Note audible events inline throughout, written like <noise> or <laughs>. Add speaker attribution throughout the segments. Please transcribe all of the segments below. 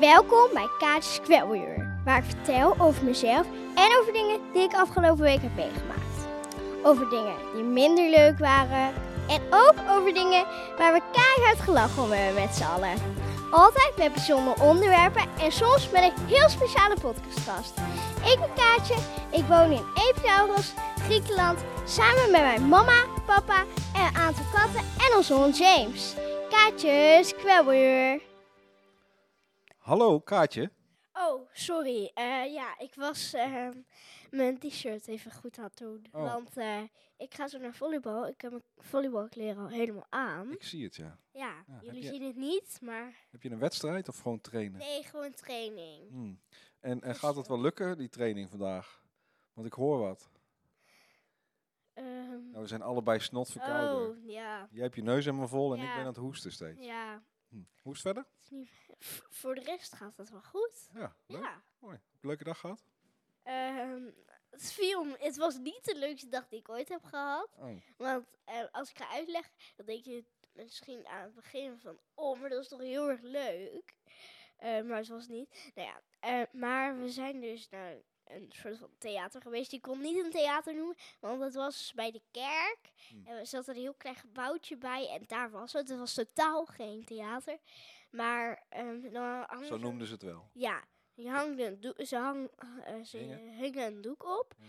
Speaker 1: Welkom bij Kaatjes Kwelweer, waar ik vertel over mezelf en over dingen die ik afgelopen week heb meegemaakt. Over dingen die minder leuk waren en ook over dingen waar we keihard gelachen om hebben met z'n allen. Altijd met bijzondere onderwerpen en soms met een heel speciale podcastgast. Ik ben Kaatje, ik woon in Epidaurus, Griekenland, samen met mijn mama, papa en een aantal katten en onze hond James. Kaatjes Kwelweer.
Speaker 2: Hallo Kaatje.
Speaker 1: Oh, sorry. Eh, ja, ik was ehm, mijn t-shirt even goed aan het doen.
Speaker 2: Oh.
Speaker 1: Want eh, ik ga zo naar volleybal. Ik heb mijn volleybalkleren al helemaal aan.
Speaker 2: Ik zie het ja.
Speaker 1: Ja,
Speaker 2: heb
Speaker 1: jullie
Speaker 2: je-
Speaker 1: zien het niet, maar
Speaker 2: Heb je een wedstrijd of gewoon trainen?
Speaker 1: nee, gewoon training.
Speaker 2: Hmm. En, en gaat het wel lukken, die training vandaag? Want ik hoor wat.
Speaker 1: Hm. Ehm,
Speaker 2: Nou, we zijn allebei snot verkouden.
Speaker 1: oh, ja.
Speaker 2: Jij hebt je neus helemaal vol en ik
Speaker 1: Ja.
Speaker 2: ben aan het hoesten steeds.
Speaker 1: Ja,
Speaker 2: Hmm. Hoest verder?
Speaker 1: het is niet- v- voor de rest gaat het wel goed.
Speaker 2: Ja, leuk.
Speaker 1: Ja.
Speaker 2: Mooi. Leuke dag gehad?
Speaker 1: Ehm, het viel me- Het was niet de leukste dag die ik ooit heb gehad.
Speaker 2: Oh.
Speaker 1: Want eh, als ik ga uitleggen, dan denk je misschien aan het begin van, oh, maar dat is toch heel erg leuk. Eh, maar het was niet. Nou ja, eh, maar we zijn dus naar een soort van theater geweest. Ik kon niet een theater noemen, want het was bij de kerk.
Speaker 2: Hmm.
Speaker 1: En er zat een heel klein gebouwtje bij en daar was het. Het was totaal geen theater. Maar ehm dan hangen
Speaker 2: Zo
Speaker 1: ze-
Speaker 2: noemden ze het wel.
Speaker 1: ja, die hangde een doek, ze, hang, eh, ze
Speaker 2: Hingen.
Speaker 1: hingen een doek op.
Speaker 2: Ja.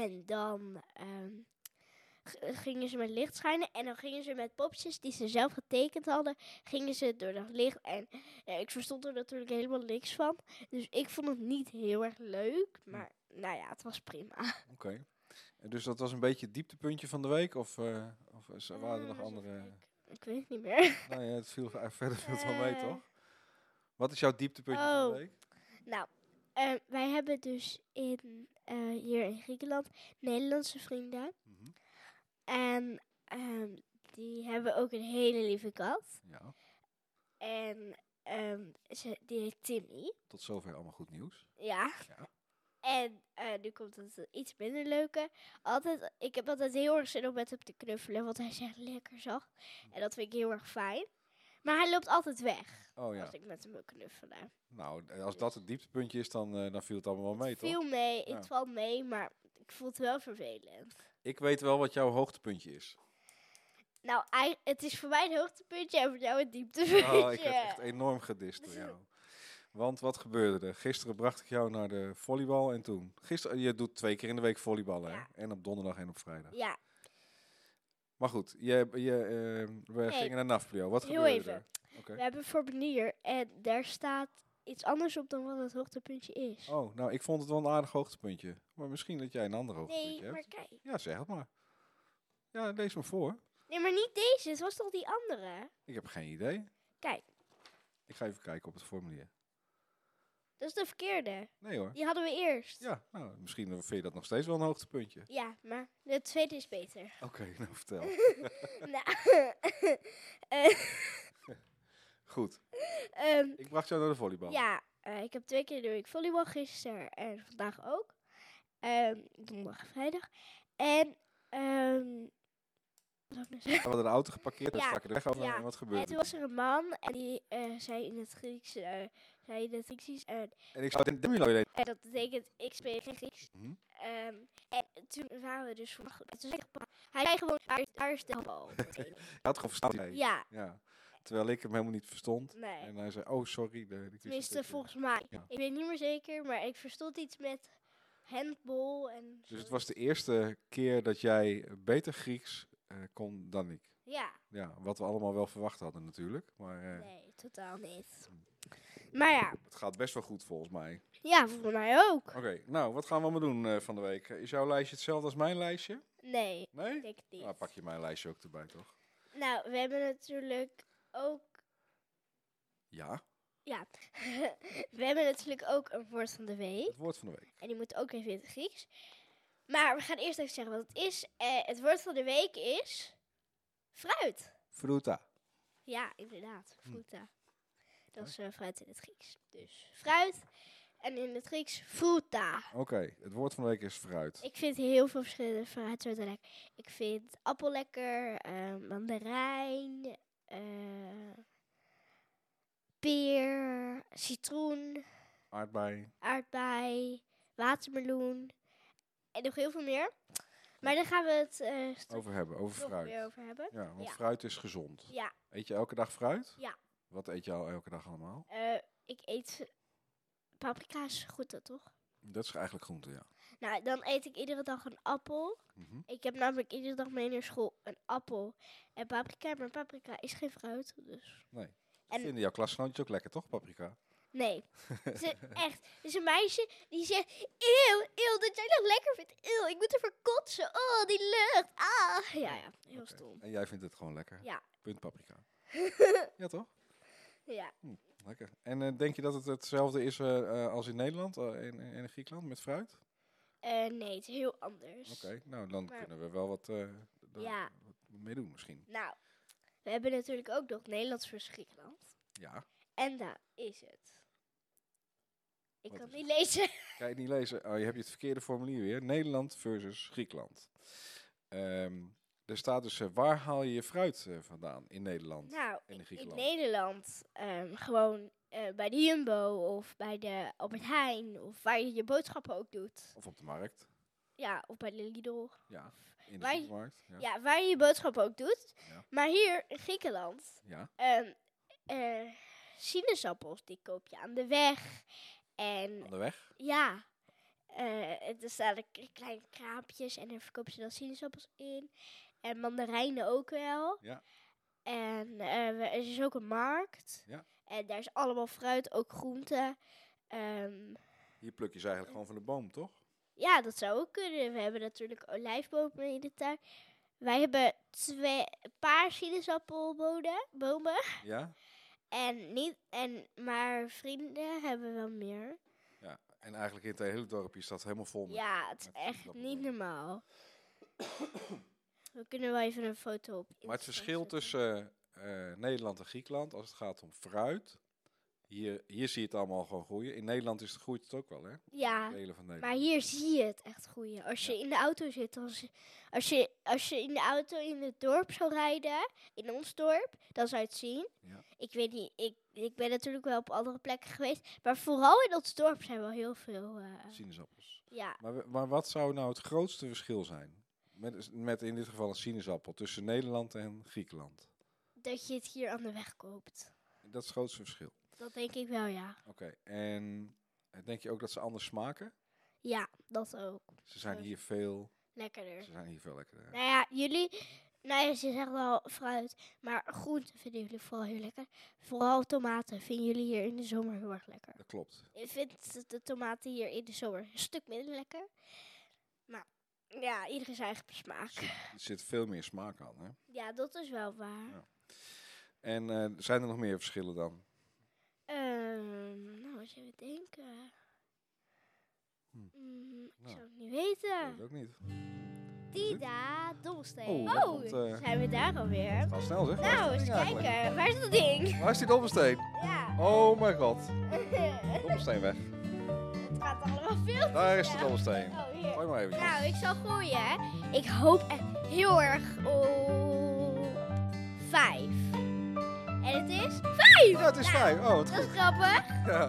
Speaker 1: En dan ehm, g- gingen ze met licht schijnen. En dan gingen ze met popjes die ze zelf getekend hadden, gingen ze door dat licht. En eh, ik verstond er natuurlijk helemaal niks van. Dus ik vond het niet heel erg leuk.
Speaker 2: Hm.
Speaker 1: Maar nou ja, het was prima.
Speaker 2: Oké. En Dus dat was een beetje het dieptepuntje van de week? Of, eh, of eh,
Speaker 1: <laughs>
Speaker 2: ze- waren er nog
Speaker 1: Eh, zo
Speaker 2: andere...
Speaker 1: even kijken. Ik weet het niet meer. <laughs>
Speaker 2: Nou ja, het viel <laughs> eh, verder veel wel mee,
Speaker 1: Eh.
Speaker 2: toch? Wat is jouw dieptepuntje van
Speaker 1: Oh.
Speaker 2: de week?
Speaker 1: nou, eh, wij hebben dus in, eh, hier in Griekenland Nederlandse vrienden.
Speaker 2: Mhm.
Speaker 1: En ehm, die hebben ook een hele lieve kat.
Speaker 2: Ja,
Speaker 1: En ehm, ze, die heet Timmy.
Speaker 2: tot zover allemaal goed nieuws.
Speaker 1: Ja.
Speaker 2: Ja.
Speaker 1: En eh, nu komt het iets minder leuke. Altijd, ik heb altijd heel erg zin om met hem te knuffelen, want hij is echt lekker zacht. En dat vind ik heel erg fijn. Maar hij loopt altijd weg
Speaker 2: Oh ja.
Speaker 1: als ik met hem wil knuffelen.
Speaker 2: Nou, eh, als dat het dieptepuntje is, dan, eh, dan viel het allemaal wel mee, toch?
Speaker 1: Veel mee,
Speaker 2: Ja.
Speaker 1: het valt mee, maar ik voel het wel vervelend.
Speaker 2: Ik weet wel wat jouw
Speaker 1: <laughs>
Speaker 2: hoogtepuntje is.
Speaker 1: Nou, ei- het is voor mij een hoogtepuntje en voor jou een dieptepuntje.
Speaker 2: Oh, ik heb echt enorm gedist door jou. Want wat gebeurde er? Gisteren bracht ik jou naar de volleybal en toen... Gisteren, je doet twee keer in de week volleyballen,
Speaker 1: Ja.
Speaker 2: hè? En op donderdag en op vrijdag.
Speaker 1: Ja,
Speaker 2: Maar goed, je, je, eh, we
Speaker 1: Nee.
Speaker 2: gingen naar NAFPLIO. Wat
Speaker 1: Heel
Speaker 2: gebeurde
Speaker 1: even.
Speaker 2: er? Oké.
Speaker 1: We hebben een formulier en daar staat iets anders op dan wat het hoogtepuntje is.
Speaker 2: Oh, nou, ik vond het wel een aardig hoogtepuntje. Maar misschien dat jij een ander hoogtepuntje
Speaker 1: nee, maar
Speaker 2: hebt.
Speaker 1: kijk.
Speaker 2: Ja, zeg het maar. Ja, lees me voor.
Speaker 1: Nee, maar niet deze. Het was toch die andere?
Speaker 2: Ik heb geen idee.
Speaker 1: Kijk,
Speaker 2: Ik ga even kijken op het formulier.
Speaker 1: dat is de verkeerde.
Speaker 2: Nee hoor.
Speaker 1: Die hadden we eerst.
Speaker 2: Ja, nou, misschien vind je dat nog steeds wel een hoogtepuntje.
Speaker 1: Ja, maar de tweede is beter.
Speaker 2: <laughs> Oké, nou vertel.
Speaker 1: nou, <laughs> eh,
Speaker 2: Goed,
Speaker 1: ehm,
Speaker 2: ik bracht jou naar de volleybal.
Speaker 1: ja, eh, ik heb twee keer door ik volleybal gisteren en vandaag ook. Ehm, donderdag en vrijdag. En, ehm, wat zou ik nou zeggen?
Speaker 2: We hadden de auto geparkeerd en
Speaker 1: Ja,
Speaker 2: staken de weg over
Speaker 1: ja.
Speaker 2: en wat
Speaker 1: En
Speaker 2: gebeurde
Speaker 1: toen
Speaker 2: er?
Speaker 1: was er een man en die eh, zei in het Grieks, eh, zei in het Grieks iets, eh,
Speaker 2: En ik zat in de demo
Speaker 1: en dat betekent ik spreek geen Grieks.
Speaker 2: Mhm.
Speaker 1: Ehm, en toen waren we dus vannacht. Toen zei ik, "Pa," hij zei gewoon, daar, is- daar is de
Speaker 2: <laughs>
Speaker 1: bal.
Speaker 2: Ik had gewoon verstaan. Nee.
Speaker 1: ja,
Speaker 2: Ja. Terwijl ik hem helemaal niet verstond.
Speaker 1: nee.
Speaker 2: En hij zei, oh sorry. De, de
Speaker 1: Tenminste, volgens mij.
Speaker 2: Ja.
Speaker 1: Ik weet niet meer zeker, maar ik verstond iets met handball en
Speaker 2: Dus het
Speaker 1: zo.
Speaker 2: was de eerste keer dat jij beter Grieks eh, kon dan ik.
Speaker 1: Ja,
Speaker 2: Ja, wat we allemaal wel verwacht hadden natuurlijk. Maar eh,
Speaker 1: nee, totaal niet. Maar ja,
Speaker 2: het gaat best wel goed volgens mij.
Speaker 1: ja, volgens mij ook.
Speaker 2: Oké, nou, wat gaan we allemaal doen eh, van de week? Is jouw lijstje hetzelfde als mijn lijstje?
Speaker 1: Nee,
Speaker 2: Nee?
Speaker 1: ik denk het niet.
Speaker 2: Nou, pak je mijn lijstje ook erbij, toch?
Speaker 1: Nou, we hebben natuurlijk ook
Speaker 2: Ja,
Speaker 1: Ja, <laughs> we hebben natuurlijk ook een woord van de week.
Speaker 2: het woord van de week.
Speaker 1: En die moet ook even in het Grieks. Maar we gaan eerst even zeggen wat het is. Eh, het woord van de week is fruit.
Speaker 2: Fruta.
Speaker 1: Ja, inderdaad. Fruta. Dat is eh, fruit in het Grieks. Dus fruit. En in het Grieks fruta.
Speaker 2: Oké, het woord van de week is fruit.
Speaker 1: Ik vind heel veel verschillende fruitsoorten lekker. Ik vind appel lekker, eh, mandarijn, eh, peer, citroen,
Speaker 2: Aardbei.
Speaker 1: aardbei, watermeloen en nog heel veel meer. Maar daar gaan we het eh, straks
Speaker 2: Over hebben, over
Speaker 1: nog meer
Speaker 2: fruit.
Speaker 1: over hebben.
Speaker 2: Ja, want
Speaker 1: Ja.
Speaker 2: fruit is gezond.
Speaker 1: Ja,
Speaker 2: Eet je elke dag fruit?
Speaker 1: Ja.
Speaker 2: Wat eet je al elke dag allemaal?
Speaker 1: eh, ik eet paprika's goed, dat toch?
Speaker 2: Dat is eigenlijk groente, ja.
Speaker 1: Nou, dan eet ik iedere dag een appel.
Speaker 2: Mhm.
Speaker 1: Ik heb namelijk iedere dag mee naar school een appel en paprika. Maar paprika is geen fruit, dus...
Speaker 2: Nee.
Speaker 1: En-
Speaker 2: Vinden jouw klasgenootjes ook lekker, toch, paprika?
Speaker 1: Nee. Ze,
Speaker 2: <laughs>
Speaker 1: echt. Er is een meisje die zegt, eeuw, eeuw, dat jij dat lekker vindt. Eeuw, ik moet ervoor kotsen. Oh, die lucht. Ah. Ja, ja. Heel
Speaker 2: Oké.
Speaker 1: stom.
Speaker 2: En jij vindt het gewoon lekker?
Speaker 1: Ja.
Speaker 2: Punt paprika.
Speaker 1: <laughs>
Speaker 2: ja, toch?
Speaker 1: Ja.
Speaker 2: Lekker. En eh, denk je dat het hetzelfde is eh, eh, als in Nederland eh, en en in Griekenland met fruit?
Speaker 1: Eh, nee, het is heel anders.
Speaker 2: Oké, nou dan
Speaker 1: Maar-
Speaker 2: kunnen we wel wat, eh, d- daar
Speaker 1: Ja.
Speaker 2: wat mee doen misschien.
Speaker 1: Nou, we hebben natuurlijk ook nog Nederlands versus Griekenland.
Speaker 2: Ja.
Speaker 1: En daar is het. Ik
Speaker 2: Wat
Speaker 1: kan
Speaker 2: is
Speaker 1: niet lezen. <laughs>
Speaker 2: Kan je het niet lezen? Oh, je hebt het verkeerde formulier weer. Nederland versus Griekenland. Ehm er staat dus, eh, waar haal je je fruit eh, vandaan in Nederland
Speaker 1: Nou,
Speaker 2: en in
Speaker 1: in
Speaker 2: Griekenland?
Speaker 1: Nederland ehm, gewoon eh, bij de Jumbo of bij de Albert Heijn of waar je je boodschappen ook doet.
Speaker 2: Of op de markt?
Speaker 1: Ja, of bij de Lidl.
Speaker 2: Ja. In de
Speaker 1: Wij-
Speaker 2: supermarkt? Ja.
Speaker 1: Ja, waar je je boodschappen ook doet.
Speaker 2: Ja.
Speaker 1: Maar hier in Griekenland,
Speaker 2: Ja.
Speaker 1: ehm, eh, sinaasappels, die koop je aan de weg. En
Speaker 2: Aan de weg?
Speaker 1: Ja. Eh, en er staan er k- kleine kraampjes en daar verkopen ze dan sinaasappels in. En mandarijnen ook wel.
Speaker 2: Ja.
Speaker 1: En eh, we- er is ook een markt.
Speaker 2: Ja.
Speaker 1: En daar is allemaal fruit, ook groenten. Ehm,
Speaker 2: Hier pluk je ze eigenlijk gewoon van de boom, toch?
Speaker 1: ja, dat zou ook kunnen. We hebben natuurlijk olijfbomen in de tuin. Wij hebben twee, een paar sinaasappelbomen. bomen.
Speaker 2: Ja.
Speaker 1: En niet, en, maar vrienden hebben wel meer.
Speaker 2: En eigenlijk in het hele dorpje staat helemaal vol met...
Speaker 1: Ja, het is
Speaker 2: met
Speaker 1: echt
Speaker 2: sinaasappelen.
Speaker 1: niet normaal. <coughs> We kunnen wel even een foto op.
Speaker 2: Maar het
Speaker 1: Instagram
Speaker 2: verschil
Speaker 1: zetten.
Speaker 2: tussen eh, eh, Nederland en Griekenland als het gaat om fruit. Hier, hier zie je het allemaal gewoon groeien. In Nederland is het, groeit het ook wel, hè?
Speaker 1: Ja,
Speaker 2: Delen van Nederland.
Speaker 1: maar hier zie je het echt groeien. Als je in de auto zit, dan zie- als, je, als je in de auto in het dorp zou rijden, in ons dorp, dan zou je het zien.
Speaker 2: Ja.
Speaker 1: Ik weet niet, ik, ik ben natuurlijk wel op andere plekken geweest. Maar vooral in ons dorp zijn wel heel veel. eh,
Speaker 2: Sinaasappels.
Speaker 1: ja,
Speaker 2: Maar, we- maar wat zou nou het grootste verschil zijn? Met, met in dit geval een sinaasappel tussen Nederland en Griekenland.
Speaker 1: dat je het hier aan de weg koopt.
Speaker 2: Dat is het grootste verschil.
Speaker 1: Dat denk ik wel, ja.
Speaker 2: Oké, en eh, denk je ook dat ze anders smaken?
Speaker 1: Ja, dat ook.
Speaker 2: Ze zijn
Speaker 1: Groot.
Speaker 2: hier veel,
Speaker 1: Lekkerder.
Speaker 2: ze zijn hier veel lekkerder. hè?
Speaker 1: Nou ja, jullie. Nou ja, ze zeggen wel fruit. Maar groenten vinden jullie vooral heel lekker. Vooral tomaten vinden jullie hier in de zomer heel erg lekker.
Speaker 2: Dat klopt.
Speaker 1: Ik vind de- de tomaten hier in de zomer een stuk minder lekker. Maar ja, iedereen zijn eigen smaak.
Speaker 2: Er zit veel meer smaak aan. Hè?
Speaker 1: Ja, dat is wel waar.
Speaker 2: Ja. En eh, zijn er nog meer verschillen dan?
Speaker 1: Ehm, nou, wat zullen we denken?
Speaker 2: Hm.
Speaker 1: Mm, ik
Speaker 2: Nou.
Speaker 1: zou het niet
Speaker 2: Ik weet
Speaker 1: weten.
Speaker 2: het ook niet.
Speaker 1: Tida, dobbelsteen.
Speaker 2: Oh, daar
Speaker 1: Oh,
Speaker 2: komt, eh,
Speaker 1: zijn we daar alweer?
Speaker 2: Ga snel zeg. Waar is
Speaker 1: Nou,
Speaker 2: dat
Speaker 1: eens
Speaker 2: ding eigenlijk?
Speaker 1: kijken. Waar is dat ding?
Speaker 2: Waar is die dobbelsteen?
Speaker 1: Ja.
Speaker 2: Oh mijn god.
Speaker 1: <laughs>
Speaker 2: Dobbelsteen weg.
Speaker 1: Het gaat allemaal veel te
Speaker 2: Daar is de
Speaker 1: snel.
Speaker 2: dobbelsteen.
Speaker 1: Oh, hier.
Speaker 2: Gooi maar even.
Speaker 1: Nou, ik zal gooien. hè. Ik hoop echt heel erg op vijf. En het is vijf!
Speaker 2: Ja, het is
Speaker 1: Nou,
Speaker 2: vijf. Oh, wat
Speaker 1: Dat is
Speaker 2: goed.
Speaker 1: grappig.
Speaker 2: Ja.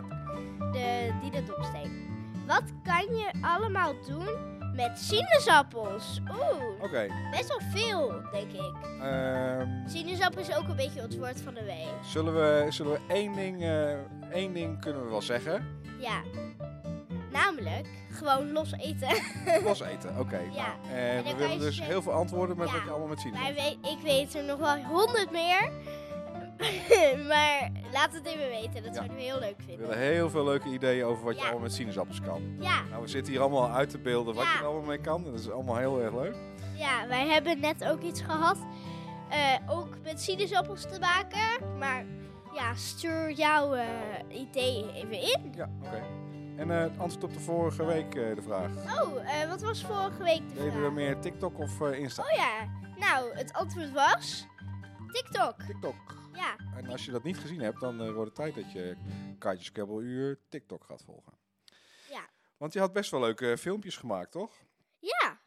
Speaker 1: De didadopsteen. Wat kan je allemaal doen met sinaasappels? Oeh,
Speaker 2: Oké.
Speaker 1: best wel veel, denk ik.
Speaker 2: ehm,
Speaker 1: Sinaasappel is ook een beetje ons woord van de week.
Speaker 2: zullen, we, zullen we één ding, eh, één ding kunnen we wel
Speaker 1: <laughs>
Speaker 2: zeggen?
Speaker 1: Ja. Namelijk, gewoon los eten.
Speaker 2: Los eten. Oké.
Speaker 1: Ja.
Speaker 2: nou,
Speaker 1: dan kan
Speaker 2: En we
Speaker 1: je
Speaker 2: willen dus
Speaker 1: ze-
Speaker 2: heel veel antwoorden met
Speaker 1: Ja.
Speaker 2: wat je allemaal met zien
Speaker 1: Wij
Speaker 2: hebt.
Speaker 1: weet, ik weet er nog wel honderd meer. <laughs> maar laat het even weten, dat
Speaker 2: Ja.
Speaker 1: zouden we heel leuk
Speaker 2: We
Speaker 1: vinden.
Speaker 2: willen heel veel leuke ideeën over wat je
Speaker 1: Ja.
Speaker 2: allemaal met sinaasappels kan.
Speaker 1: Ja,
Speaker 2: Nou, we zitten hier allemaal uit te beelden wat
Speaker 1: Ja.
Speaker 2: je er allemaal mee kan. Dat is allemaal heel erg leuk.
Speaker 1: ja, wij hebben net ook iets gehad. eh, ook met sinaasappels te maken. Maar ja, stuur jouw eh, idee even in.
Speaker 2: Ja, oké. En eh, het antwoord op de vorige week, eh, de vraag.
Speaker 1: Oh, eh, wat was vorige week de
Speaker 2: Deden we
Speaker 1: vraag?
Speaker 2: meer TikTok of eh, Insta?
Speaker 1: Oh ja, nou, het antwoord was TikTok.
Speaker 2: TikTok.
Speaker 1: Ja,
Speaker 2: En als je dat niet gezien hebt, dan eh, wordt het tijd dat je kaartjeskebbel TikTok gaat volgen.
Speaker 1: Ja.
Speaker 2: Want je had best wel leuke eh, filmpjes gemaakt, toch?
Speaker 1: ja.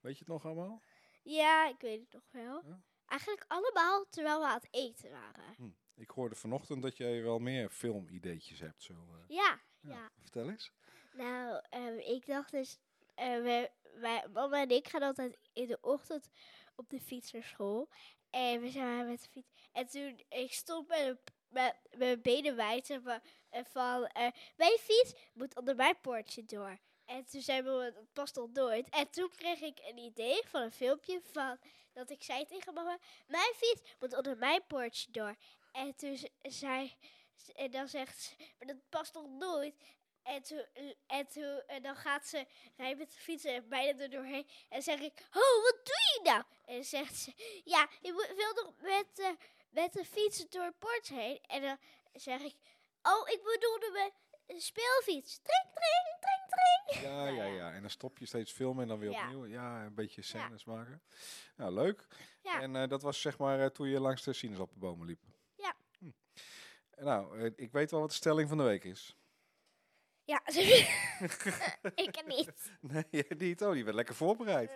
Speaker 2: Weet je het nog allemaal?
Speaker 1: Ja, ik weet het nog wel.
Speaker 2: Ja?
Speaker 1: Eigenlijk allemaal terwijl we aan het eten waren.
Speaker 2: Hm. Ik hoorde vanochtend dat jij wel meer filmideetjes hebt. Zo, eh.
Speaker 1: Ja,
Speaker 2: Ja.
Speaker 1: ja.
Speaker 2: Vertel eens.
Speaker 1: Nou, ehm, ik dacht dus, eh, wij, wij- mama en ik gaan altijd in de ochtend op de fiets naar school. En we zijn maar met de fiets. En toen, ik stond met, een- met mijn benen wijd zeg maar, en van, eh, mijn fiets moet onder mijn poortje door. En toen zei mama, dat past al nooit. En toen kreeg ik een idee van een filmpje van, dat ik zei tegen mama, mijn fiets moet onder mijn poortje door. En toen ze- zei, en dan zegt ze, maar dat past toch nooit? En toen, en toen en dan gaat ze rijden met de fiets en bijna er doorheen. En zeg ik, ho, wat doe je nou? En dan zegt ze, ja, je moet- wil toch met, eh, met de fiets door het bord heen? En dan zeg ik, oh, ik bedoelde mijn speelfiets. Trink, trink, trink, trink.
Speaker 2: Ja, ja, ja. En dan stop je steeds filmen en dan weer
Speaker 1: Ja.
Speaker 2: opnieuw. Ja, een beetje scènes maken. Nou, leuk.
Speaker 1: Ja.
Speaker 2: En eh, dat was zeg maar eh, toen je langs de sinaasappelbomen liep.
Speaker 1: Ja.
Speaker 2: Hm. Nou, eh, ik weet wel wat de stelling van de week is.
Speaker 1: Ja, <laughs> ik niet.
Speaker 2: <laughs> Nee, <laughs> niet. Oh, die werd lekker
Speaker 1: <laughs>
Speaker 2: voorbereid.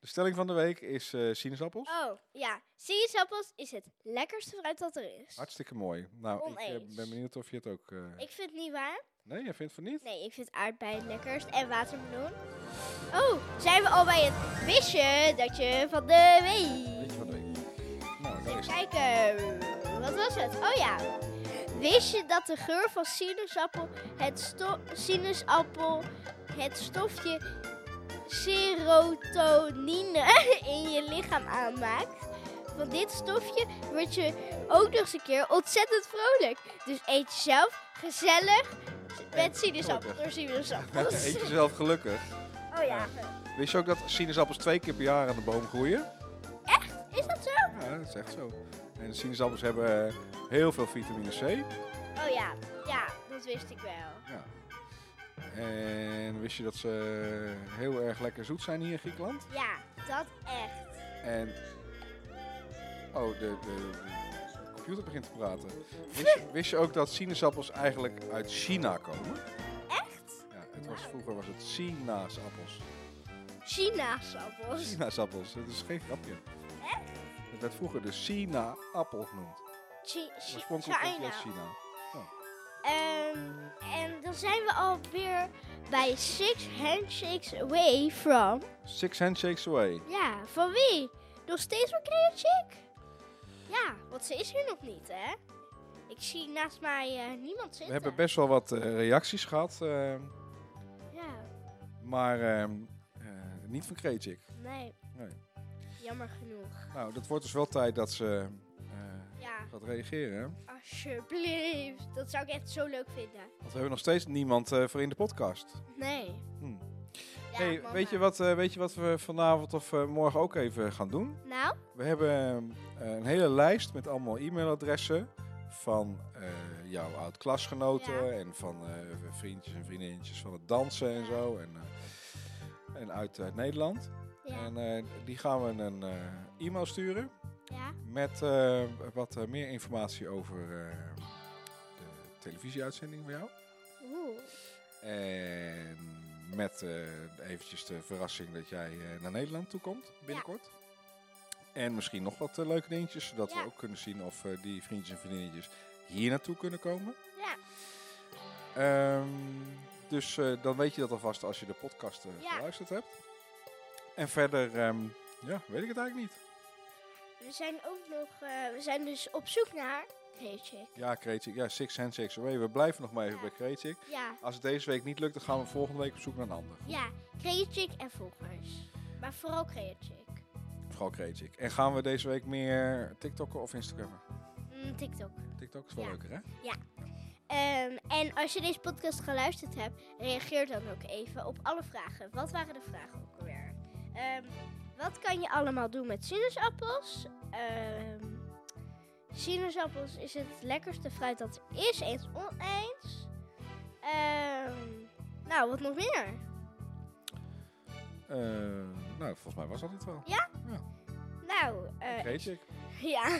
Speaker 2: De stelling van de week is eh, sinaasappels.
Speaker 1: Oh, ja. Sinaasappels is het lekkerste fruit dat er is.
Speaker 2: Hartstikke mooi. Nou, ik eh,
Speaker 1: Oneens.
Speaker 2: ben benieuwd of je het ook... eh,
Speaker 1: Ik vind het niet waar.
Speaker 2: Nee, je vindt van niet?
Speaker 1: Nee, ik vind aardbei het lekkerst en watermeloen. Oh, zijn we al bij het wisje dat je van de
Speaker 2: Weet je
Speaker 1: week.
Speaker 2: van de week? Nou, daar is het.
Speaker 1: Even kijken, wat was het? Oh ja. Wist je dat de geur van sinaasappel het, sto- sinaasappel het stofje serotonine <laughs> in je lichaam aanmaakt? Van dit stofje word je ook nog eens een keer ontzettend vrolijk. Dus eet jezelf gezellig
Speaker 2: En
Speaker 1: met sinaasappel
Speaker 2: gelukkig.
Speaker 1: door
Speaker 2: <laughs> Eet
Speaker 1: sinaasappels.
Speaker 2: jezelf gelukkig.
Speaker 1: Oh ja.
Speaker 2: Wist je ook dat sinaasappels twee keer per jaar aan de boom groeien?
Speaker 1: Is dat zo?
Speaker 2: Ja, dat is echt zo. En sinaasappels hebben eh, heel veel vitamine C.
Speaker 1: Oh ja. Ja, dat wist ik wel.
Speaker 2: Ja. En wist je dat ze heel erg lekker zoet zijn hier in Griekenland?
Speaker 1: Ja, dat echt.
Speaker 2: En. Oh, de, de, de computer begint te praten. Wist je, wist je ook dat sinaasappels eigenlijk uit China komen?
Speaker 1: Echt?
Speaker 2: Ja, het was, vroeger was het Sinaasappels. Oh,
Speaker 1: Sinaasappels.
Speaker 2: Sinaasappels, dat is geen grapje. Het werd vroeger de Sina-appel genoemd.
Speaker 1: Chi- chi-
Speaker 2: Oorspronkelijk komt
Speaker 1: China.
Speaker 2: die uit China.
Speaker 1: Ehm, en dan zijn we alweer bij Six Handshakes Away from.
Speaker 2: Six handshakes away.
Speaker 1: Ja, van wie? Nog steeds van Crea Chick? Ja, want ze is hier nog niet, hè? Ik zie naast mij eh, niemand zitten.
Speaker 2: We hebben best wel wat eh, reacties gehad, eh,
Speaker 1: Ja,
Speaker 2: maar ehm, eh, niet van Krejcik.
Speaker 1: nee.
Speaker 2: Nee.
Speaker 1: Jammer genoeg.
Speaker 2: Nou, dat wordt dus wel tijd dat ze eh,
Speaker 1: Ja,
Speaker 2: gaat reageren. hè?
Speaker 1: alsjeblieft. Dat zou ik echt zo leuk vinden.
Speaker 2: Want we hebben nog steeds niemand eh, voor in de podcast.
Speaker 1: Nee.
Speaker 2: Hm.
Speaker 1: Ja,
Speaker 2: hey,
Speaker 1: mama.
Speaker 2: weet, je wat, eh, weet je wat we vanavond of eh, morgen ook even gaan doen?
Speaker 1: Nou,
Speaker 2: We hebben eh, een hele lijst met allemaal e-mailadressen van eh, jouw oud-klasgenoten
Speaker 1: Ja.
Speaker 2: en van eh, vriendjes en vriendinnetjes van het dansen en
Speaker 1: Ja.
Speaker 2: zo. En, eh, en uit, uit Nederland.
Speaker 1: ja.
Speaker 2: En eh, die gaan we een eh, e-mail sturen
Speaker 1: ja.
Speaker 2: met eh, wat eh, meer informatie over eh, de televisieuitzending van jou.
Speaker 1: Oeh.
Speaker 2: En met eh, eventjes de verrassing dat jij eh, naar Nederland toe komt binnenkort. En misschien nog wat eh, leuke dingetjes, zodat
Speaker 1: Ja.
Speaker 2: we ook kunnen zien of eh, die vriendjes en vriendinnetjes hier naartoe kunnen komen.
Speaker 1: Ja.
Speaker 2: Ehm, dus eh, dan weet je dat alvast als je de podcast eh,
Speaker 1: Ja.
Speaker 2: geluisterd hebt. En verder, ehm, ja, weet ik het eigenlijk niet.
Speaker 1: We zijn ook nog, eh, we zijn dus op zoek naar Kreetje.
Speaker 2: Ja, Kreetik, ja, Six Hand Six Away. We blijven nog maar even
Speaker 1: Ja.
Speaker 2: bij Kreetik.
Speaker 1: Ja,
Speaker 2: Als het deze week niet lukt, dan gaan we volgende week op zoek naar een ander.
Speaker 1: ja, Kreetje en volgers. Maar vooral Kreetje.
Speaker 2: Vooral Kreetik. En gaan we deze week meer TikTokken of Instagrammen?
Speaker 1: Mm, TikTok.
Speaker 2: TikTok is wel
Speaker 1: Ja.
Speaker 2: leuker, hè?
Speaker 1: Ehm, en als je deze podcast geluisterd hebt, reageer dan ook even op alle vragen. Wat waren de vragen ook alweer? Ehm, wat kan je allemaal doen met sinaasappels? Ehm, sinaasappels is het lekkerste fruit dat er is, eens oneens. Ehm, nou, wat nog meer?
Speaker 2: Eh, nou, volgens mij was dat het wel.
Speaker 1: Nou, eh,
Speaker 2: Weet ik.
Speaker 1: Ja,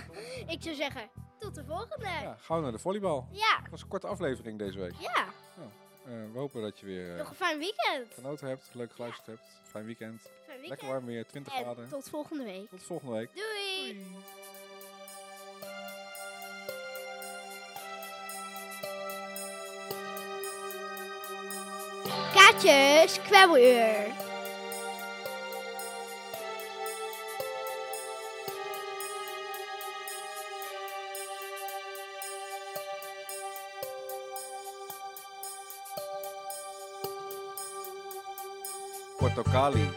Speaker 1: ik zou zeggen, tot de volgende. Ja,
Speaker 2: Ja, gaan we naar de volleybal.
Speaker 1: ja,
Speaker 2: Het was een korte aflevering deze week. Eh, we hopen dat je weer eh,
Speaker 1: nog een fijn weekend.
Speaker 2: genoten hebt, leuk geluisterd hebt. Fijn weekend.
Speaker 1: Fijn
Speaker 2: Lekker
Speaker 1: weekend.
Speaker 2: warm weer, 20
Speaker 1: En
Speaker 2: graden.
Speaker 1: tot volgende week.
Speaker 2: Tot volgende week.
Speaker 1: Doei.
Speaker 2: Doei.
Speaker 1: Toetje Squabbeleur.
Speaker 2: Portocali.